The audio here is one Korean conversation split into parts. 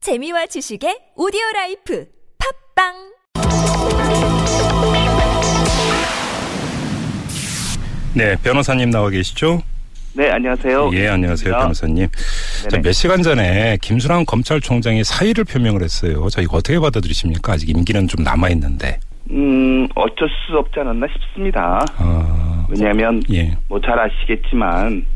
재미와 지식의 오디오 라이프 팝빵 네, 변호사님 나와 계시죠? 네, 안녕하세요. 예, 안녕하세요, 반갑습니다. 변호사님. 자, 아, 네네. 몇 시간 전에 김수남 검찰총장이 사의를 표명을 했어요. 자, 이거 어떻게 받아들이십니까? 아직 임기는 좀 남아 있는데. 음, 어쩔 수 없지 않았나 싶습니다. 아, 왜냐하면 예, 뭐 잘 아시겠지만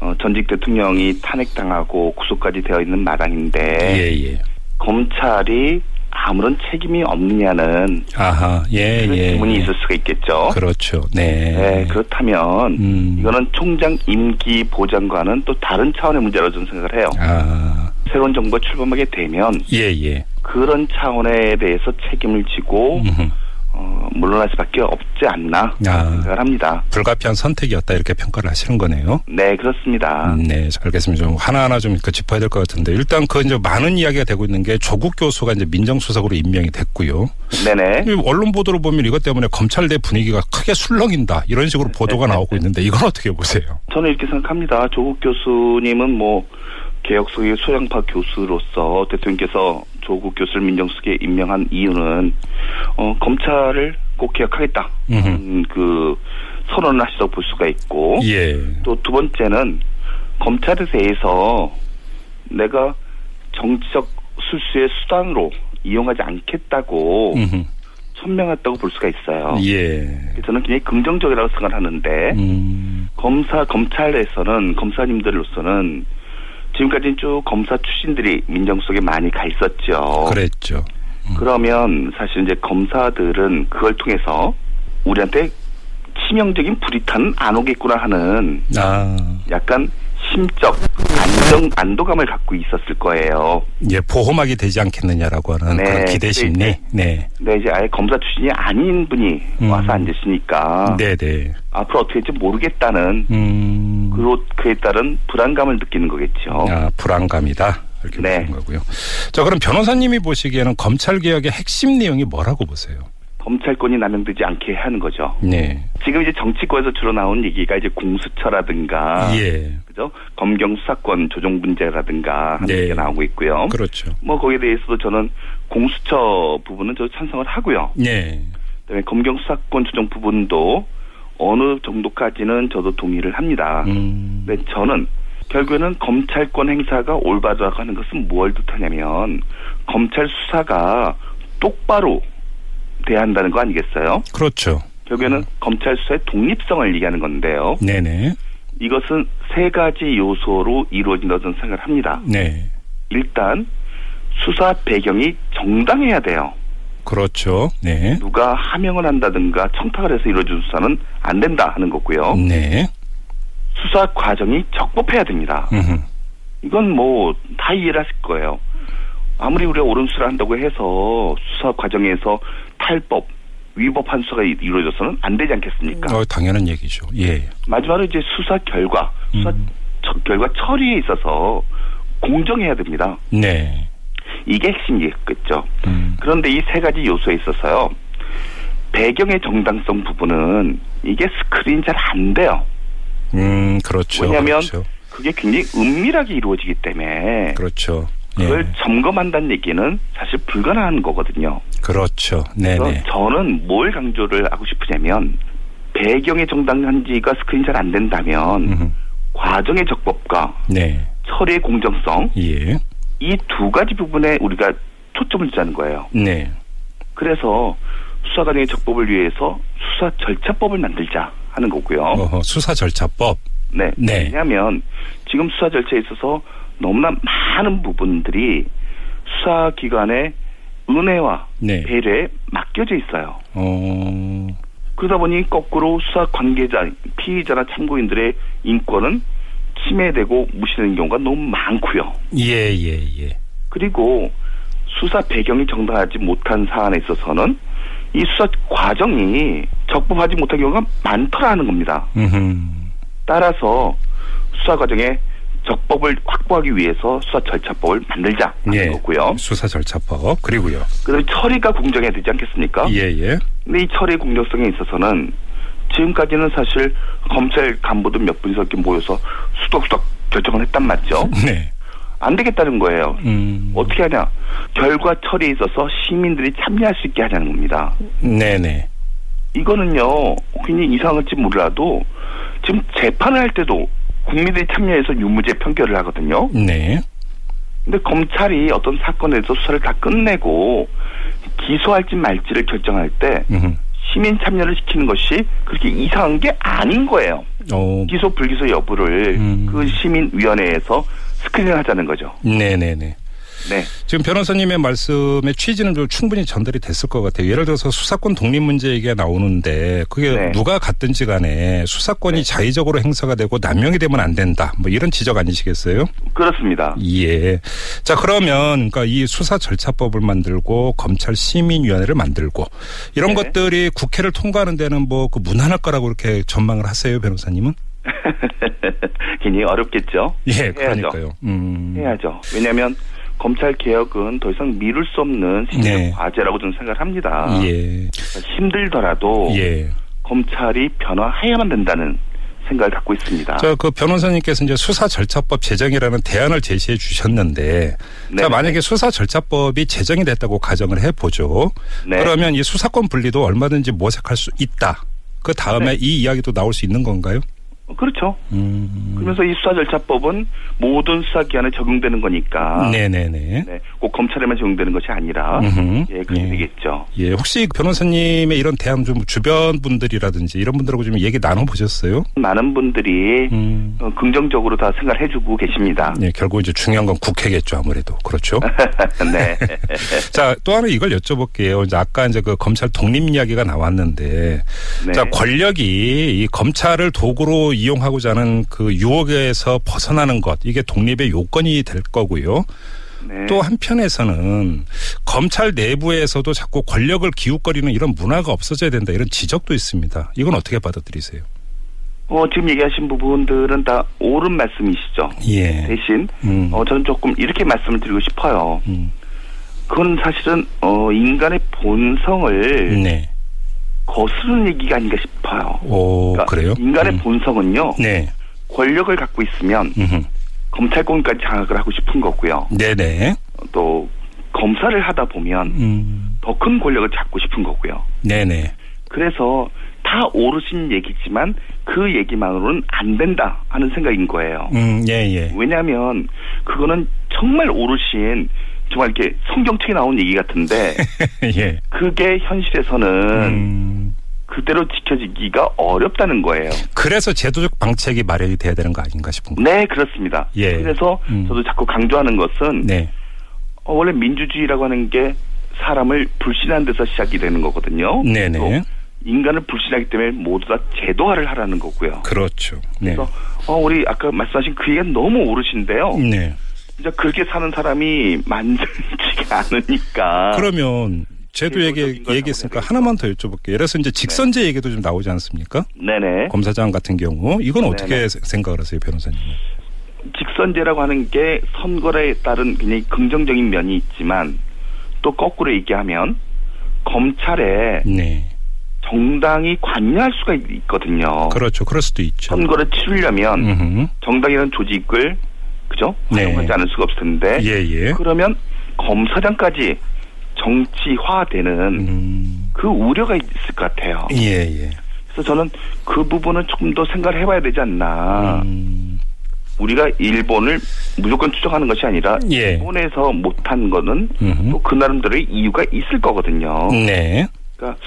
어, 전직 대통령이 탄핵당하고 구속까지 되어 있는 예, 마당인데 예. 검찰이 아무런 책임이 없느냐는 아하, 예, 그런 예. 질문이 예. 있을 수가 있겠죠. 그렇죠. 네. 네, 그렇다면 음. 이거는 총장 임기 보장과는 또 다른 차원의 문제라고 저는 생각을 해요. 아, 새로운 정부가 출범하게 되면 예, 예. 그런 차원에 대해서 책임을 지고 음흠. 어, 물러날 수밖에 없지 않나 아. 생각을 합니다. 불가피한 선택이었다 이렇게 평가를 하시는 거네요. 네 그렇습니다. 음, 네, 잘 알겠습니다. 좀 하나하나 좀 그 짚어야 될 것 같은데 일단 그 이제 많은 이야기가 되고 있는 게 조국 교수가 이제 민정수석으로 임명이 됐고요. 네네. 이 언론 보도로 보면 이것 때문에 검찰대 분위기가 크게 술렁인다 이런 식으로 보도가 나오고 있는데 이건 어떻게 보세요? 저는 이렇게 생각합니다. 조국 교수님은 뭐 개혁 속의 소양파 교수로서 대통령께서 조국 교수를 민정수석에 임명한 이유는 어, 검찰을 꼭 개혁하겠다. 음흠. 음, 그 선언을 하시다고 볼 수가 있고 예, 또 두 번째는 검찰에 대해서 내가 정치적 술수의 수단으로 이용하지 않겠다고 음흠. 천명했다고 볼 수가 있어요. 예, 저는 굉장히 긍정적이라고 생각을 하는데 음, 검사 검찰에서는 검사님들로서는 지금까지는 쭉 검사 출신들이 민정수석에 많이 가 있었죠. 그랬죠. 그러면 사실 이제 검사들은 그걸 통해서 우리한테 치명적인 불이탄은 안 오겠구나 하는 아, 약간 심적 안정 안도감을 갖고 있었을 거예요. 예, 보호막이 되지 않겠느냐라고 하는 네, 그런 기대심리. 네, 네, 근데 이제 아예 검사 출신이 아닌 분이 음. 와서 앉으시니까 네, 네. 앞으로 어떻게 될지 모르겠다는 음, 그로 그에 따른 불안감을 느끼는 거겠죠. 아, 불안감이다. 이렇게 네. 보는 거고요. 자, 그럼 변호사님이 보시기에는 검찰 개혁의 핵심 내용이 뭐라고 보세요? 검찰권이 남용되지 않게 하는 거죠. 네, 지금 이제 정치권에서 주로 나온 얘기가 이제 공수처라든가 예, 그죠? 검경 수사권 조정 문제라든가 하는 네. 게 나오고 있고요. 그렇죠. 뭐 거기에 대해서도 저는 공수처 부분은 저도 찬성을 하고요. 네, 그다음에 검경 수사권 조정 부분도 어느 정도까지는 저도 동의를 합니다. 음, 근데 저는 결국에는 검찰권 행사가 올바르다고 하는 것은 뭘 뜻하냐면 검찰 수사가 똑바로 돼야 한다는 거 아니겠어요? 그렇죠. 결국에는 검찰 수사의 독립성을 얘기하는 건데요. 네, 네, 이것은 세 가지 요소로 이루어진다고 저는 생각을 합니다. 네, 일단 수사 배경이 정당해야 돼요. 그렇죠. 네. 누가 하명을 한다든가 청탁을 해서 이루어진 수사는 안 된다 하는 거고요. 네. 수사 과정이 적법해야 됩니다. 음흠. 이건 뭐 다 이해를 하실 거예요. 아무리 우리가 옳은 수를 한다고 해서 수사 과정에서 탈법, 위법한 수사가 이- 이루어져서는 안 되지 않겠습니까? 어, 당연한 얘기죠. 예. 마지막으로 이제 수사 결과, 수사 음. 처- 결과 처리에 있어서 공정해야 됩니다. 네. 이게 핵심이겠죠. 음. 그런데 이 세 가지 요소에 있어서요. 배경의 정당성 부분은 이게 스크린 잘 안 돼요. 음, 그렇죠. 왜냐하면 그렇죠. 그게 굉장히 은밀하게 이루어지기 때문에 그렇죠. 그걸 예. 점검한다는 얘기는 사실 불가능한 거거든요. 그렇죠. 그래서 네네. 저는 뭘 강조를 하고 싶으냐면 배경의 정당한지가 스크린 잘 안 된다면 음흠. 과정의 적법과 네. 처리의 공정성 예. 이 두 가지 부분에 우리가 초점을 두자는 거예요. 네. 그래서 수사 과정의 적법을 위해서 수사 절차법을 만들자 하는 거고요. 어허, 수사 절차법. 네. 네. 왜냐하면 지금 수사 절차에 있어서 너무나 많은 부분들이 수사 기관의 은혜와 네. 배려에 맡겨져 있어요. 어. 그러다 보니 거꾸로 수사 관계자, 피의자나 참고인들의 인권은 침해되고 무시되는 경우가 너무 많고요. 예, 예, 예. 그리고 수사 배경이 정당하지 못한 사안에 있어서는 이 수사 과정이 적법하지 못한 경우가 많더라는 겁니다. 음. 따라서 수사 과정에 적법을 확보하기 위해서 수사 절차법을 만들자 하는 예. 거고요. 수사 절차법. 그리고요. 그다음에 처리가 공정해야 되지 않겠습니까? 예, 예. 근데 이 처리 공정성에 있어서는 지금까지는 사실 검찰 간부들 몇 분이서 이렇게 모여서 수덕수덕 결정을 했단 말이죠. 네. 안 되겠다는 거예요. 음. 어떻게 하냐? 결과 처리에 있어서 시민들이 참여할 수 있게 하자는 겁니다. 네네. 이거는요, 괜히 이상할지 몰라도 지금 재판을 할 때도 국민들이 참여해서 유무죄 판결을 하거든요. 네. 근데 검찰이 어떤 사건에 서 수사를 다 끝내고 기소할지 말지를 결정할 때 음. 시민 참여를 시키는 것이 그렇게 이상한 게 아닌 거예요. 어. 기소 불기소 여부를 음. 그 시민위원회에서 스크린하자는 거죠. 네네네. 네, 지금 변호사님의 말씀의 취지는 좀 충분히 전달이 됐을 것 같아요. 예를 들어서 수사권 독립 문제 얘기가 나오는데 그게 네. 누가 갔든지 간에 수사권이 자의적으로 행사가 되고 남용이 되면 안 된다. 뭐 이런 지적 아니시겠어요? 그렇습니다. 예. 자, 그러면 그러니까 이 수사 절차법을 만들고 검찰 시민위원회를 만들고 이런 네. 것들이 국회를 통과하는 데는 뭐 그 무난할 거라고 이렇게 전망을 하세요, 변호사님은? 괜히 어렵겠죠. 예, 해야죠. 그러니까요. 음. 해야죠. 왜냐하면 검찰 개혁은 더 이상 미룰 수 없는 시대 네. 과제라고 저는 생각을 합니다. 예. 힘들더라도 예. 검찰이 변화해야만 된다는 생각을 갖고 있습니다. 자, 그 변호사님께서 이제 수사 절차법 제정이라는 대안을 제시해 주셨는데 자, 네네. 만약에 수사 절차법이 제정이 됐다고 가정을 해 보죠. 네. 그러면 이 수사권 분리도 얼마든지 모색할 수 있다. 그 네. 다음에 이 이야기도 나올 수 있는 건가요? 그렇죠. 음. 그러면서 이 수사 절차법은 모든 수사 기관에 적용되는 거니까 네, 네, 네. 네, 꼭 검찰에만 적용되는 것이 아니라 음흠. 예, 그렇게 예. 되겠죠. 예, 혹시 변호사님의 이런 대안 좀 주변 분들이라든지 이런 분들하고 좀 얘기 나눠 보셨어요? 많은 분들이 음. 어, 긍정적으로 다 생각해주고 계십니다. 네, 결국 이제 중요한 건 국회겠죠, 아무래도. 그렇죠. 네. 자, 또 하나 이걸 여쭤볼게요. 이제 아까 이제 그 검찰 독립 이야기가 나왔는데, 네. 자, 권력이 이 검찰을 도구로 이용하고자 하는 그 유혹에서 벗어나는 것, 이게 독립의 요건이 될 거고요. 네. 또 한편에서는 검찰 내부에서도 자꾸 권력을 기웃거리는 이런 문화가 없어져야 된다 이런 지적도 있습니다. 이건 어떻게 받아들이세요? 어, 지금 얘기하신 부분들은 다 옳은 말씀이시죠. 예. 대신 음. 어, 저는 조금 이렇게 말씀을 드리고 싶어요. 음. 그건 사실은 어, 인간의 본성을 네. 거스르는 얘기가 아닌가 싶어요. 오, 그러니까 그래요 인간의 본성은요. 네. 권력을 갖고 있으면 음흠. 검찰권까지 장악을 하고 싶은 거고요. 네네. 또 검사를 하다 보면 음. 더 큰 권력을 잡고 싶은 거고요. 네네. 그래서 다 오르신 얘기지만 그 얘기만으로는 안 된다 하는 생각인 거예요. 음, 예, 예. 왜냐하면 그거는 정말 오르신 정말 이렇게 성경책에 나온 얘기 같은데 예. 그게 현실에서는 음. 그대로 지켜지기가 어렵다는 거예요. 그래서 제도적 방책이 마련이 돼야 되는 거 아닌가 싶은 거예요. 네 그렇습니다. 예. 그래서 음. 저도 자꾸 강조하는 것은 네. 어, 원래 민주주의라고 하는 게 사람을 불신한 데서 시작이 되는 거거든요. 네네. 또 인간을 불신하기 때문에 모두 다 제도화를 하라는 거고요. 그렇죠. 네. 그래서 어, 우리 아까 말씀하신 그 얘기가 너무 오르신데요. 네. 진짜 그렇게 사는 사람이 만들지가 않으니까. 그러면 제도 얘기, 제도적인 걸 얘기했으니까 잘못해야 하나만 더 여쭤볼게요. 예를 들어서 이제 직선제 얘기도 좀 나오지 않습니까? 네네. 검사장 같은 경우 이건 어떻게 네네. 세- 생각을 하세요, 변호사님? 직선제라고 하는 게 선거에 따른 굉장히 긍정적인 면이 있지만 또 거꾸로 얘기하면 검찰에 네, 정당이 관여할 수가 있- 있거든요. 그렇죠. 그럴 수도 있죠. 선거를 치르려면 음흠. 정당이라는 조직을 그죠? 네. 활용하지 않을 수가 없을 텐데 예, 예. 그러면 검사장까지 정치화되는 음, 그 우려가 있을 것 같아요. 예, 예. 그래서 저는 그 부분은 조금 더 생각을 해봐야 되지 않나. 음, 우리가 일본을 무조건 추적하는 것이 아니라 예. 일본에서 못한 거는 음흠. 또 그 나름대로의 이유가 있을 거거든요. 네. 그러니까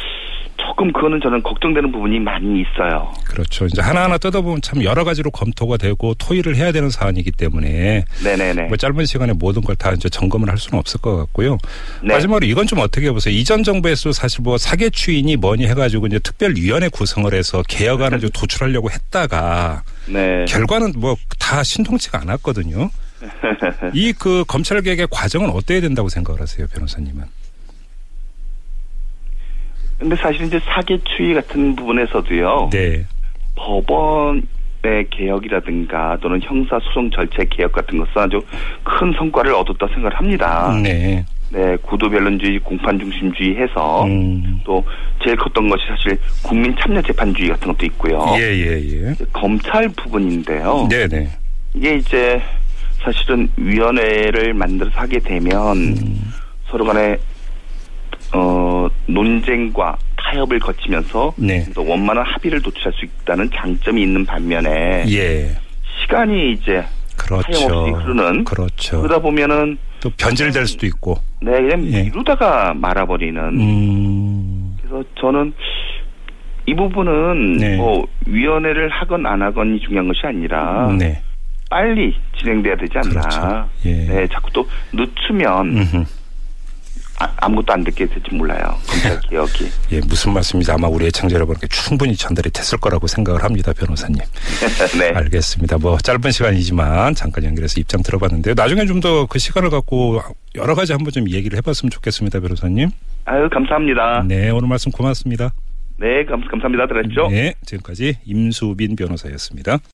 조금 그거는 저는 걱정되는 부분이 많이 있어요. 그렇죠. 이제 하나하나 뜯어보면 참 여러 가지로 검토가 되고 토의를 해야 되는 사안이기 때문에 네네네. 뭐 짧은 시간에 모든 걸 다 이제 점검을 할 수는 없을 것 같고요. 네. 마지막으로 이건 좀 어떻게 보세요? 이전 정부에서도 사실 뭐 사계 추인이 뭐니 해가지고 이제 특별위원회 구성을 해서 개혁안을 좀 도출하려고 했다가 네. 결과는 뭐 다 신통치가 않았거든요. 이 그 검찰 개혁의 과정은 어때야 된다고 생각을 하세요, 변호사님은? 근데 사실 이제 사기 추이 같은 부분에서도요. 네, 법원의 개혁이라든가 또는 형사소송 절차 개혁 같은 것은 아주 큰 성과를 얻었다 생각을 합니다. 네, 네, 구도변론주의, 공판중심주의 해서 음. 또 제일 컸던 것이 사실 국민 참여 재판주의 같은 것도 있고요. 예, 예, 예, 어. 검찰 부분인데요. 네, 네, 이게 이제 사실은 위원회를 만들어서 하게 되면 음. 서로 간에 어, 논쟁과 타협을 거치면서 네. 또 원만한 합의를 도출할 수 있다는 장점이 있는 반면에 예. 시간이 이제 그렇죠. 타협없이 흐르는 그렇죠. 그러다 보면은 또 변질될 수도 있고. 네 그냥 예. 미루다가 말아버리는 음. 그래서 저는 이 부분은 네. 뭐 위원회를 하건 안 하건이 중요한 것이 아니라 네. 빨리 진행돼야 되지 않나. 그렇죠. 예. 네, 자꾸 또 늦추면 음흠. 아, 무것도안 듣게 될지 몰라요. 검찰 개혁이. 예, 무슨 말씀인지 아마 우리 애청자 여러분께 충분히 전달이 됐을 거라고 생각을 합니다, 변호사님. 네. 알겠습니다. 뭐 짧은 시간이지만 잠깐 연결해서 입장 들어봤는데요. 나중에 좀 더 그 시간을 갖고 여러 가지 한번 좀 얘기를 해봤으면 좋겠습니다, 변호사님. 아유 감사합니다. 네, 오늘 말씀 고맙습니다. 네, 감, 감사합니다. 들었죠? 네, 지금까지 임수빈 변호사였습니다.